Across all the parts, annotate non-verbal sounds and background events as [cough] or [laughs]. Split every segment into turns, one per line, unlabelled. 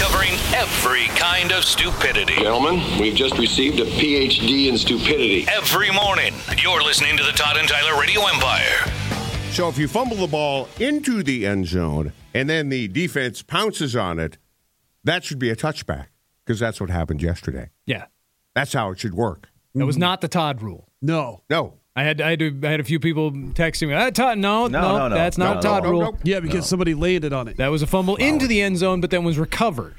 Covering every kind of stupidity.
Gentlemen, we've just received a PhD in stupidity.
Every morning, you're listening to the Todd and Tyler Radio Empire.
So if you fumble the ball into the end zone and then the defense pounces on it, that should be a touchback because that's what happened yesterday.
Yeah,
That's how it should work.
that
Mm-hmm.
was not the Todd rule.
No.
No.
I had I had, to, I had a few people texting me. Ah, Todd, no, no,
no, no.
that's not
No,
a Todd
no,
rule.
no.
Yeah, because somebody landed on it.
That was a fumble into the end zone, but then was recovered.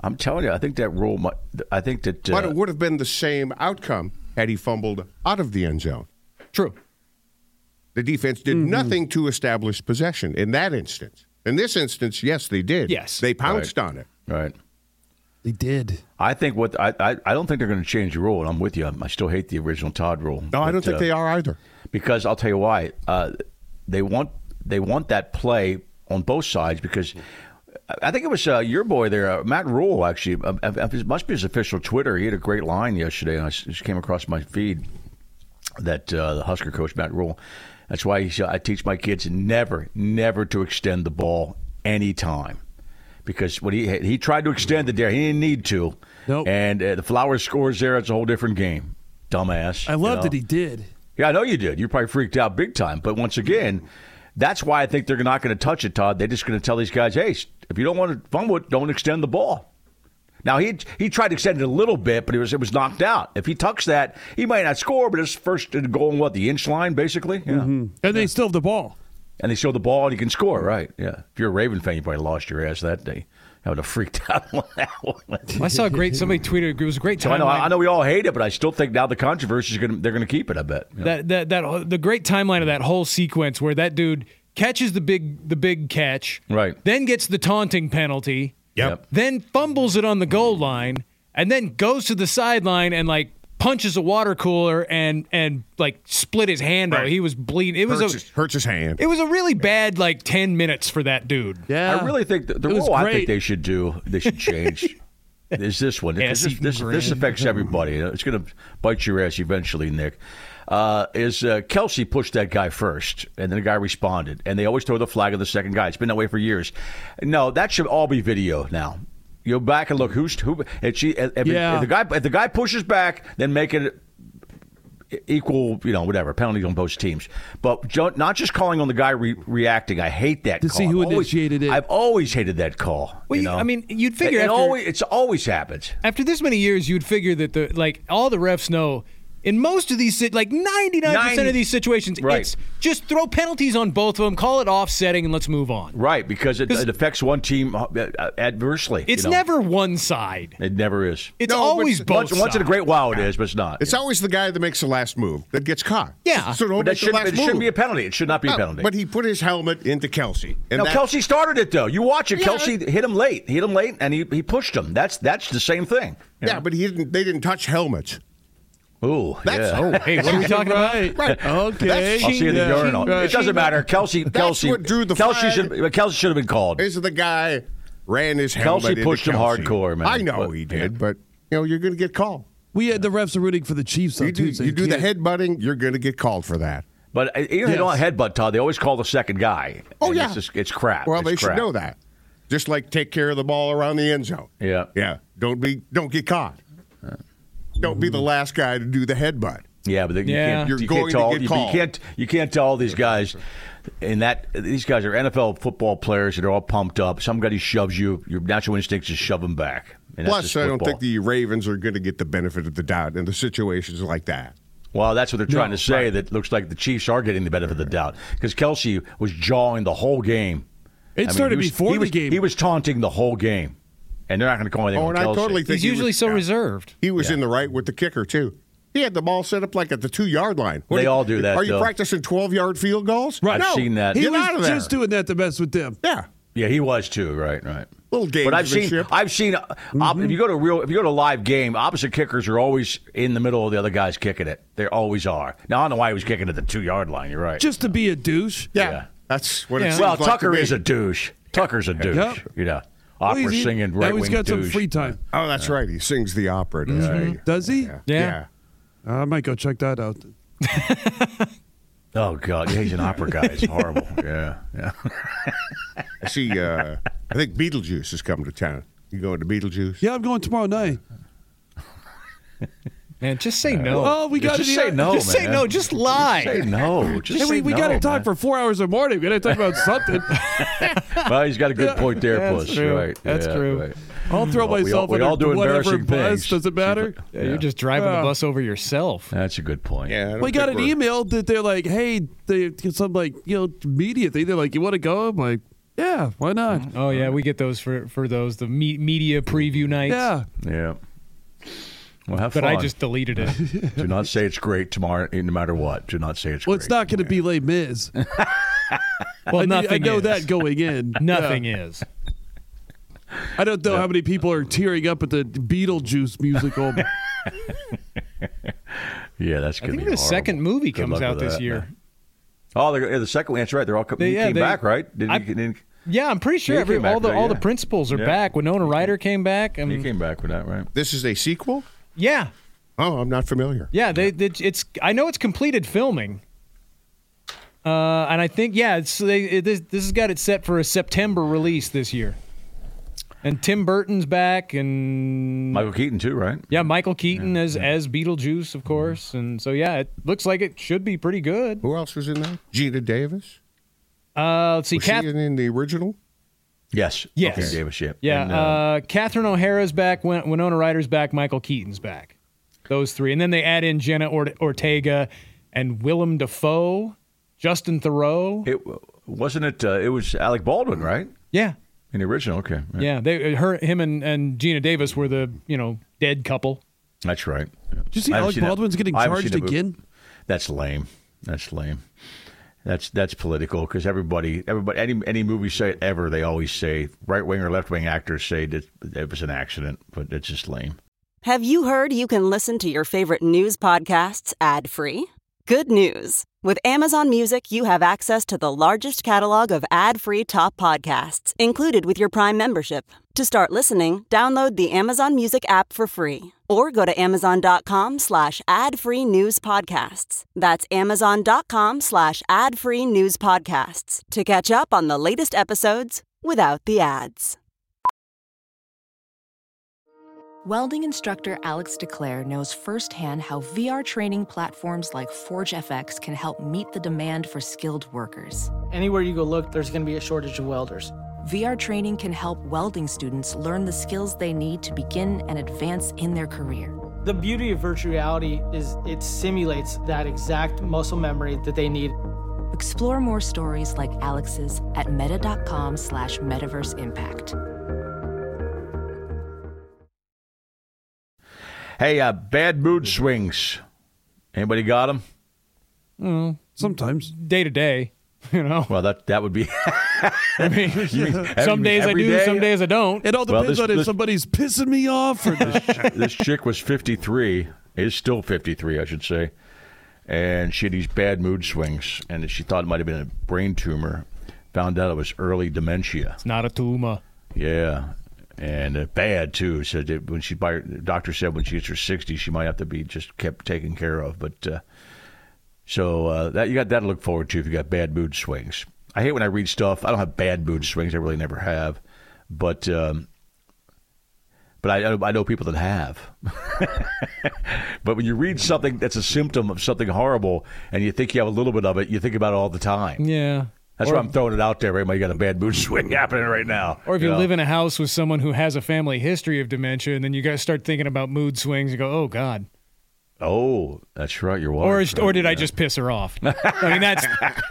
I'm telling you, I think that rule. Might, I think that. Uh,
But it would have been the same outcome had he fumbled out of the end zone.
True.
The defense did
Mm-hmm.
nothing to establish possession in that instance. In this instance, yes, they did.
Yes.
They pounced on it.
right.
They did.
I think what I, I, I don't think they're going to change the rule, and I'm with you. I still hate the original Todd rule.
No, I
uh,
don't think they are either.
because I'll tell you why. Uh, they want they want that play on both sides because I- I think it was uh, your boy there, uh, Matt Rule. Actually, uh, uh, it must be his official Twitter. He had a great line yesterday, and I s- just came across my feed that uh, the Husker coach Matt Rule. That's why he said, I teach my kids never, never to extend the ball anytime. Because when he he tried to extend it there, he didn't need to.
Nope.
And uh, the Flowers scores there, it's a whole different game. Dumbass.
I
you
love
know?
that he did.
Yeah, I know you did. You probably freaked out big time. But once again, that's why I think they're not going to touch it, Todd. They're just going to tell these guys, hey, if you don't want to fumble it, don't extend the ball. Now he he tried to extend it a little bit, but it was it was knocked out. If he tucks that, he might not score, but it's first to goal on what the inch line, basically. Yeah.
And they still have the ball.
And they show the ball and he can score, right? Yeah. If you're a Raven fan, you probably lost your ass that day. I would have freaked [laughs] out on that one.
I saw a great
[laughs]
somebody tweeted it was a great
So I
timeline.
know I know we all hate it, but I still think now the controversy is going to they're going to keep it. I bet. Yeah.
that that that the great timeline of that whole sequence where that dude catches the big the big catch,
Right.
Then gets the taunting penalty,
Yep.
Then fumbles it on the goal line, and then goes to the sideline and like punches a water cooler and and like split his hand out.
Right.
He was bleeding. It was
Hurts,
a
his, hurts his hand.
it was a really bad like ten minutes for that dude.
Yeah.
I really think the, the
It was
rule I think
great.
they should do, they should
[laughs]
change, is this one. 'Cause
Ass-eating
This, this, this affects everybody. It's going to bite your ass eventually, Nick. Uh, is uh, Kelsey pushed that guy first, and then the guy responded, and they always throw the flag of the second guy. It's been that way for years. No, that should all be video now. You go back and look who's who. If, she, if, if
Yeah.
the guy if the guy pushes back, then make it equal, you know, whatever penalties on both teams. But jo- not just calling on the guy re- reacting. I hate that.
To
call.
see who
I've always-
initiated it.
I've always hated that call.
Well,
you
you-
know?
I mean, you'd figure
it, it
after-
always it's always happens.
After this many years, you'd figure that the like all the refs know. In most of these, sit- like 99%
Ninety-
of these situations,
Right.
it's just throw penalties on both of them, call it offsetting, and let's move on.
Right, because it,
'Cause-
it affects one team uh, adversely. you
It's
know?
never one side.
It never is.
It's
No, but
always
it's-
both.
once, once in a
sides.
great while, it is, but it's not.
It's always the guy that makes the last move that gets caught.
Yeah.
So don't
But that
make the
shouldn't,
last
it
move.
shouldn't be a penalty. It should not be a
No,
penalty.
Oh, But he put his helmet into Kelsey. And
no,
that-
Kelsey started it though. You watch it.
Yeah.
Kelsey hit him late. Hit him late, and he, he pushed him. That's that's the same thing. you
Yeah, but he didn't. They didn't touch helmets.
know? Ooh,
That's
[laughs] yeah.
Hey, what are we talking about?
Right.
[laughs] Uh-huh.
Okay.
That's uh,
I'll see you in the
Yeah.
urinal.
Right.
It doesn't matter. Kelsey, Kelsey,
what drew the
Kelsey
flag.
should Kelsey should have been called.
Is the guy ran his helmet?
Kelsey
into
pushed him
Kelsey.
hardcore, man.
I know
But-
he did, but you know you're going to get called.
We had the refs are rooting for the Chiefs on
You do,
Tuesday.
you do the
can't-
headbutting, you're going to get called for that.
But uh, even if they don't headbutt Todd, they always call the second guy.
Oh
And
yeah,
it's, just, it's crap.
Well,
It's
they
crap.
should know that. Just like take care of the ball around the end zone.
Yeah. Mm-hmm.
yeah. Don't be, don't get caught. Don't be the last guy to do the headbutt.
Yeah, but they,
Yeah.
you can't,
You're
you
going
can't
to
tell,
get
you,
called.
can't you can't tell all these guys in that these guys are NFL football players that are all pumped up. Somebody shoves you, your natural instincts is shove them back. And that's
Plus,
just
I don't
football.
think the Ravens are going to get the benefit of the doubt in the situations like that.
Well, that's what they're trying
No,
to say. That looks like the Chiefs are getting the benefit of the doubt because Kelsey was jawing the whole game.
It started
he was-
before
he
the
was-
game.
He was taunting the whole game, and they're not going to call anything.
Oh,
on
and I
Kelsey.
totally think
He's
he
usually
was,
so
yeah.
reserved.
He was in the right with the kicker too. He had the ball set up like at the two yard line. What
They
are you-
all do that,
Are you
though.
practicing twelve yard field goals?
Right. I've
No,
seen that.
He
Get
was
out of there.
just doing that to mess with them.
yeah,
Yeah, he was too. Right, right.
Little
But I've seen,
gamesmanship.
I've seen. uh, Op,
Mm-hmm.
if you go to real, if you go to live game, opposite kickers are always in the middle of the other guys kicking it. They always are. Now I don't know why he was kicking at the two yard line. You're right.
Just to be a douche.
yeah.
Yeah.
That's what it
Yeah.
seems
well,
like to
Tucker
me.
is a douche. Tucker's a douche.
Yep.
You know,
Well,
opera
he's- he-
singing,
Now
right
he's
wing
got some
douche.
free time.
Oh, that's right. He sings the opera. doesn't
Mm-hmm.
he?
Does he?
Yeah.
yeah.
I might go check that out.
Oh God, yeah, he's an opera guy.
[laughs]
It's horrible. Yeah, yeah.
I see. Uh, I think Beetlejuice has come to town. You going to Beetlejuice?
Yeah, I'm going tomorrow night.
Man, just say no.
Well, Oh, we got to
Oh, just say no.
just say
man.
no. Just lie.
Say
[laughs]
no. Just
Hey,
say
we, we
no,
got to talk
man.
for four hours a morning. We got to talk
[laughs]
about something.
Well, he's got a good point there,
That's
Puss.
true.
You're Right.
That's
yeah,
true.
Right.
I'll throw
Well, we all-
myself
we
under
all do
whatever
embarrassing
bus.
things.
Does it matter?
Yeah, You're just driving
Yeah.
the bus over yourself.
That's a good point.
I don't
We got
think
an
we're-
email that they're like, "Hey, they some like you know media thing." They're like, "You want to go?" I'm like, "Yeah, why not?"
Oh yeah, we get those for for those the me- media preview nights.
Yeah,
Yeah. Well, have
But
fun.
I just deleted it.
Do not say it's great tomorrow, eh, no matter what. Do not say it's
well,
great.
it's not going to be
[laughs]
Les Mis.
Well,
I,
nothing.
I know
is.
that going in.
[laughs]
Nothing
Yeah.
is.
I don't know how many people are tearing up at the
[laughs]
Beetlejuice musical.
Yeah, that's
I think
going to be
the
horrible.
second movie
Good
comes
luck
out
with
this
that,
year.
man. Oh, they're, yeah, the second one. That's right. They're all co-
They-
he
yeah,
came
they-
back, right? Did
I-
he, didn't-
Yeah, I'm pretty sure
He
every,
came back
all the
for that,
all the
yeah.
principals are
Yeah.
back. Winona Ryder came back. I
he
mean,
came back with that, right?
This is a sequel.
yeah,
Oh, I'm not familiar.
yeah. They, they it's I know it's completed filming. Uh, and I think yeah, it's, they, it, this this has got it set for a September release this year. And Tim Burton's back, and
Michael Keaton too, right?
Yeah, Michael Keaton as as Beetlejuice, of course, and so yeah, it looks like it should be pretty good.
Who else was in that? Gina Davis.
Uh, let's see,
Was
Kath-
she in, in the original?
Yes.
Yes.
Okay, Davis. Yeah.
yeah,
And,
uh, Catherine O'Hara's back, Win- Winona Ryder's back, Michael Keaton's back, those three, and then they add in Jenna or- Ortega and Willem Dafoe, Justin Thoreau.
it wasn't it. Uh, it was Alec Baldwin, right?
Yeah,
In the original. Okay. Yeah.
yeah, they her him and and Gina Davis were the you know dead couple.
That's right.
Did you see
I haven't
Alec
seen that-
Baldwin's getting
I haven't seen
charged
that movie.
again?
That's lame. That's lame. That's that's political because everybody, everybody, any any movie say ever, they always say right wing or left wing actors say that it was an accident, but it's just lame.
Have you heard you can listen to your favorite news podcasts ad free? Good news! With Amazon Music, you have access to the largest catalog of ad free top podcasts included with your Prime membership. To start listening, download the Amazon Music app for free or go to amazon.com slash ad free news podcasts. That's amazon.com slash ad free news podcasts to catch up on the latest episodes without the ads.
Welding instructor Alex DeClaire knows firsthand how VR training platforms like ForgeFX can help meet the demand for skilled workers.
Anywhere you go look, there's going to be a shortage of welders.
VR training can help welding students learn the skills they need to begin and advance in their career.
The beauty of virtual reality is it simulates that exact muscle memory that they need.
Explore more stories like Alex's at meta.com slash metaverse impact.
Hey, uh, bad mood swings. Anybody got them?
Sometimes.
Day to day, [laughs] you know.
Well, that that would be. [laughs]
I mean, some
every-
days I
every
do,
day?
some days I don't.
It all
Well,
depends
this-
on if
this-
somebody's pissing me
[laughs]
off or [laughs]
this chick was 53, is still 53, I should say, and she had these bad mood swings, and she thought it might have been a brain tumor. Found out it was early dementia.
It's not a tumor.
Yeah, and uh, bad too. Said that when she, by her, the doctor said when she gets her sixty, she might have to be just kept taken care of. But uh, so uh, that you got that to look forward to if you got bad mood swings. I hate when I read stuff. I don't have bad mood swings. I really never have, but um, but I know, I know people that have. [laughs] but when you read something that's a symptom of something horrible, and you think you have a little bit of it, you think about it all the time.
Yeah.
That's
Or-
why I'm throwing it out there. Everybody got a bad mood [laughs] swing happening right now.
Or if you
know?
live in a house with someone who has a family history of dementia, and then you guys start thinking about mood swings and go, "Oh God,"
oh, that's right, your wife.
or
right,
or did I
yeah.
just piss her off? I mean, that's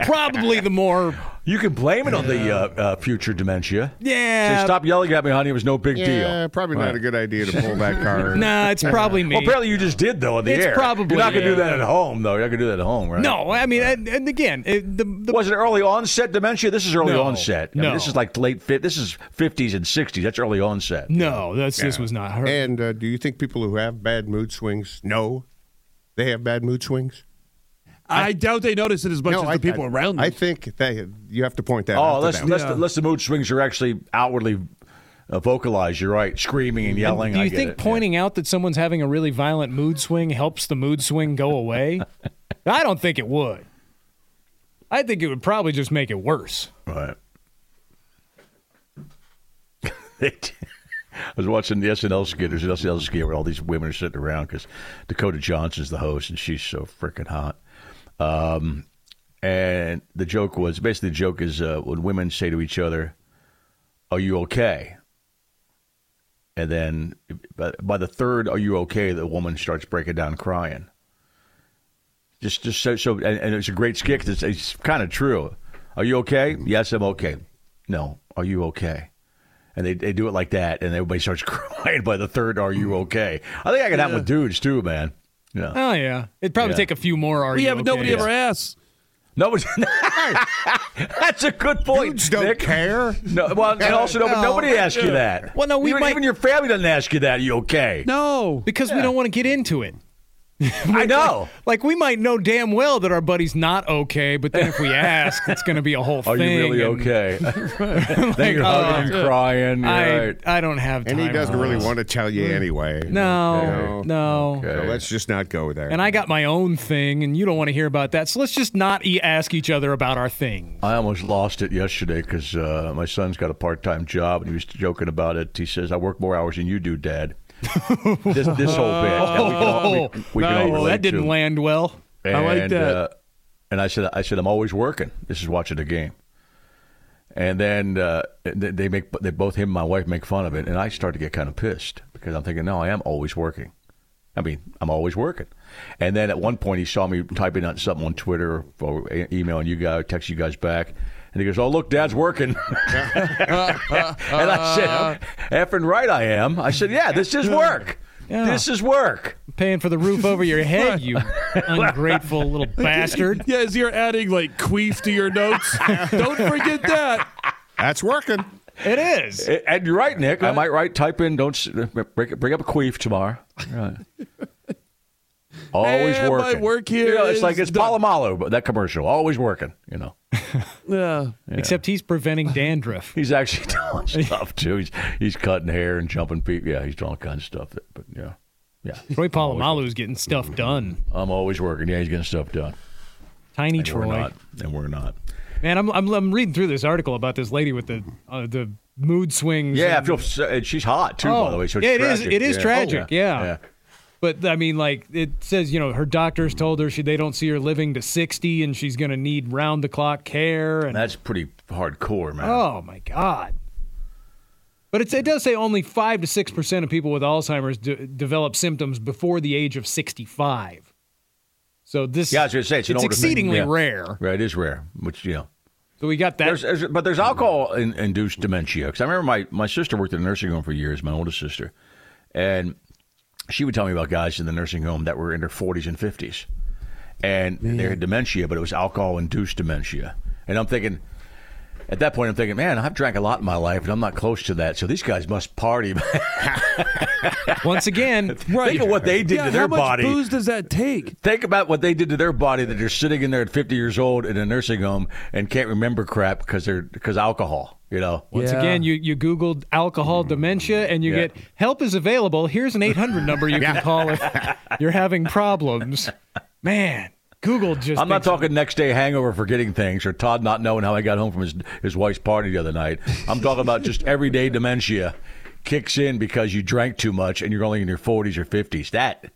probably the more.
You can blame it on the uh, uh, future dementia.
Yeah.
Say, stop yelling at me, honey. It was no big
Yeah,
deal.
probably
Right.
not a good idea to pull that
[laughs]
car.
Nah, it's probably me.
Well, apparently you just did though on the
It's
air.
probably
you're not gonna
me.
do that at home though. You're not gonna do that at home, right?
no, I mean, and, and again, it, the, the
Was it early onset dementia? This is early
No.
onset. I mean,
No.
this is like late fit. This is 50s and 60s. That's early onset.
no, that's this was not her.
And uh, do you think people who have bad mood swings know they have bad mood swings?
I, doubt they notice it as much as the
I-
people
I-
around them.
I think they, you have to point that out.
Oh,
to
unless,
them.
unless,
Yeah.
unless the mood swings are actually outwardly uh, vocalized. You're right, screaming and
And
yelling.
Mm-hmm. do
I
you
get
think
it.
pointing out that someone's having a really violent mood swing helps the mood swing go away? I don't think it would. I think it would probably just make it worse.
Yeah. Right. [laughs] It- I was watching the SNL skit. There's an SNL skit where all these women are sitting around because Dakota Johnson's the host and she's so freaking hot. Um, and the joke was basically the joke is uh, when women say to each other, "Are you okay?" And then by, by the third, "Are you okay?" the woman starts breaking down crying. Just, just so, so and, and it's a great skit. 'cause It's, it's kind of true. Are you okay?
Mm-hmm.
Yes, I'm okay. No, are you okay? And they, they do it like that, and everybody starts [laughs] crying by the third, "Are you
Mm-hmm.
okay?" I think I can happen with dudes too, man. Yeah.
Oh yeah, it'd probably
Yeah.
take a few more. Are
Well,
you
yeah, but nobody
okay?
ever asks.
Nobody. [laughs] That's a good point.
Dudes don't
Nick. [laughs]
care.
No, well, and also nobody, nobody asks you that.
Well, no, we
even,
might-
even your family doesn't ask you that. Are you okay?
No.
because we don't want to get into it.
I know.
Like we might know damn well that our buddy's not okay, but then if we ask, it's going to be a whole
[laughs] Are
thing.
you really
and [laughs]
okay? then you're hugging and crying. You're
uh, I
right.
I don't have time.
and he doesn't
for
really
this.
want to tell you anyway.
No, no.
So let's just not go there.
And I got my own thing, and you don't want to hear about that. So let's just not e- ask each other about our thing.
I almost lost it yesterday because uh, my son's got a part-time job, and he was joking about it. He says, "I work more hours than you
[laughs]
do, Dad." this, this whole bit. that we can all- we- we can all
Well,
Nice.
relate
Oh, that didn't
to.
land well.
And,
I like that.
Uh, and I said, I said, I'm always working. This is watching the game. And then uh, they they make they both him and my wife make fun of it, and I start to get kind of pissed because I'm thinking, no, I am always working. I mean, I'm always working. And then at one point, he saw me typing out something on Twitter or e- emailing you guys, text you guys back, and he goes, "Oh, look, Dad's working." [laughs] and I said, "Effing right, I am." I said, "Yeah, this is work.
Yeah.
This is work."
Paying for the roof over your head,
[laughs]
you ungrateful little bastard.
Yeah, as you're adding like queef to
[laughs]
your notes, don't forget that.
That's working.
It is.
And you're right, Nick. I might write type in don't s- uh, break bring up a queef tomorrow.
[laughs]
Right. Always
And my
working.
work here
You know, it's like
is
it's
done.
Palomalo, but that commercial. Always working. You know, [laughs]
Yeah.
Except he's preventing
[laughs]
dandruff.
he's actually doing stuff too. He's he's cutting hair and jumping people. Yeah, he's doing all kinds of stuff. That, but yeah,
[laughs]
yeah.
Troy Polamalu's getting stuff done.
I'm always working. Yeah, he's getting stuff done.
Tiny
And we're
Troy.
not. And we're not.
Man, I'm, I'm I'm reading through this article about this lady with the uh, the mood swings.
Yeah, I
and-
feel. so- And she's hot too, by
Oh,
the way. So it's
yeah, it is-
Tragic.
it is
Yeah. Oh,
tragic, yeah.
yeah.
But I mean, like it says, you know, her doctors told her she they don't see her living to sixty, and she's gonna need round the clock care. And
That's pretty hardcore, man.
oh my god. But it's, it does say only five to six percent of people with Alzheimer's de- develop symptoms before the age of sixty-five. So this,
Yeah, I was gonna say, it's an older thing,
exceedingly
yeah.
rare.
Right, it is rare, which you know.
So we got that.
There's, there's- but there's alcohol in, induced dementia. Because I remember my, my sister worked in a nursing home for years, my oldest sister. And she would tell me about guys in the nursing home that were in their 40s and 50s. And they had dementia, but it was alcohol induced dementia. And I'm thinking, at that point, I'm thinking, man, I've drank a lot in my life and I'm not close to that. So these guys must party. [laughs]
Once again,
Think of what they did
Yeah,
to their
how much
body.
booze does that take?
Think about what they did to their body that they're sitting in there at 50 years old in a nursing home and can't remember crap because they're because alcohol, you know.
Once
Yeah.
again, you, you Googled alcohol dementia and you
Yeah.
get help is available. Here's an 800 number you can call if
[laughs]
you're having problems. Man, Google just.
I'm not
thinks-
talking next day hangover forgetting things or
[laughs]
Todd not knowing how he got home from his his wife's party the other night. I'm talking about just everyday dementia. kicks in because you drank too much and you're only in your 40s or 50s. That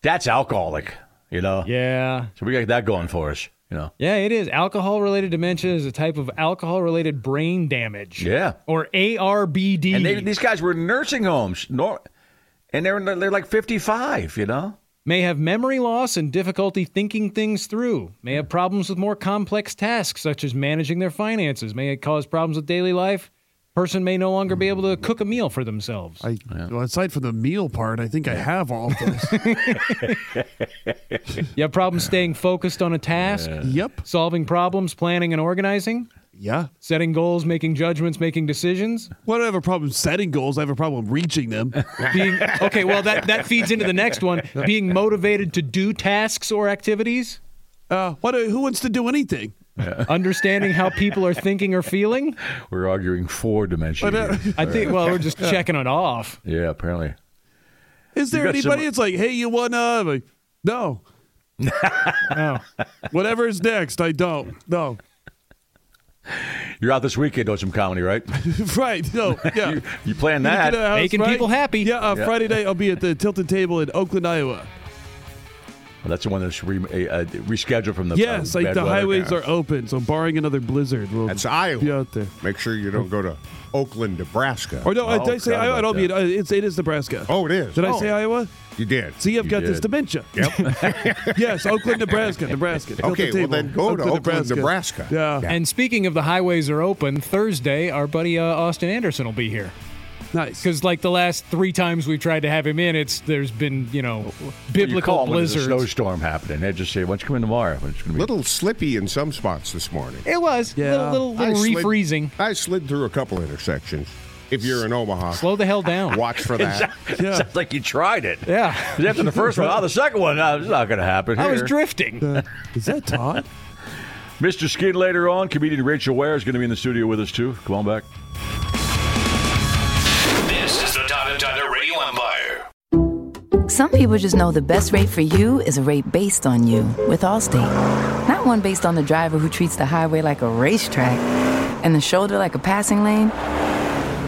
that's alcoholic, you know.
Yeah.
So we got that going for us, you know.
Yeah, it is. Alcohol related dementia is a type of alcohol related brain damage.
Yeah.
Or ARBD.
And they, these guys were in nursing homes, nor, and they're they're like 55, you know.
May have memory loss and difficulty thinking things through. May have problems with more complex tasks, such as managing their finances. May it cause problems with daily life. Person may no longer be able to cook a meal for themselves.
I, well, aside from the meal part, I think I have all of those.
You have problems staying focused on a task,
yep.
solving problems, planning and organizing,
Yeah.
setting goals, making judgments, making decisions.
Well, I don't have a problem setting goals. I have a problem reaching them.
Being okay, well that that feeds into the next one. Being motivated to do tasks or activities,
Uh, what? Who wants to do anything?
understanding how people are thinking or feeling.
We're arguing four dimensions.
I think. Well, we're just checking it off.
yeah, apparently.
Is there
got
anybody
some-
that's like, hey, you wanna? I'm like, no.
Oh.
Whatever's next, I don't. No. [laughs]
You're out this weekend doing some
[laughs]
comedy, right?
right. No. Yeah.
you, you plan
Gonna
that?
get out of the house
Making people happy.
Yeah, uh, Friday night I'll be at the Tilted Table in Oakland, Iowa.
Well, that's the one that's re, uh, uh, rescheduled from the
yes,
uh,
like
bad
the
weather.
highways are open, so barring another blizzard, we'll
That's
be
Iowa.
out there.
Make sure you don't go to Oakland, Nebraska.
Or no, I
Oh,
did I say
forgot
Iowa? I
about
don't mean uh, it's it is Nebraska.
Oh, it is.
Did I
Oh,
say Iowa?
You did.
See, I've
You
got this
did.
dementia.
Yep.
[laughs] yes, Oakland, Nebraska, Nebraska. Tilted
[laughs] Okay, well
Table,
then go to Oakland, Nebraska.
Yeah.
And speaking of the highways are open Thursday, our buddy uh, Austin Anderson will be here
nice.
because like the last three times we've tried to have him in, it's there's been you know
Well, you
biblical
call when there's a
blizzards.
snowstorm happening. They just say, "Why don't you come in tomorrow?" When it's gonna be [laughs]
Little slippy in some spots this morning.
It was
Yeah.
little little, little
I slid-
refreezing.
I slid through a couple intersections. If you're in Omaha,
Slow the hell down.
watch for that.
Yeah.
Sounds like you tried it.
Yeah.
'Cause After the first one, oh, the second one, no, it's not going to happen.
I was
here.
drifting.
uh, Is that Todd?
Mr. Skid later on. Comedian Rachel Ware is going to be in the studio with us, too. Come on back.
This is the Todd and Tyler Radio Empire.
Some people just know the best rate for you is a rate based on you with Allstate. Not one based on the driver who treats the highway like a racetrack and the shoulder like a passing lane.